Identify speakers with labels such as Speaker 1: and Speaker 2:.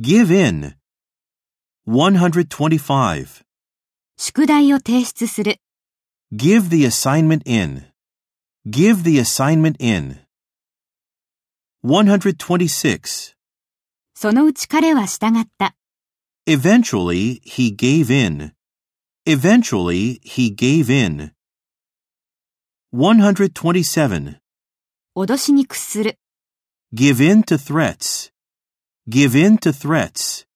Speaker 1: Give in. 125.
Speaker 2: 宿題を提出する。
Speaker 1: Give the assignment in. Give the assignment in. 126.
Speaker 2: そのうち彼は従った。
Speaker 1: Eventually, he gave in. Eventually, he gave in. 127.
Speaker 2: 脅しに屈する。
Speaker 1: Give in to threats. Give in to threats.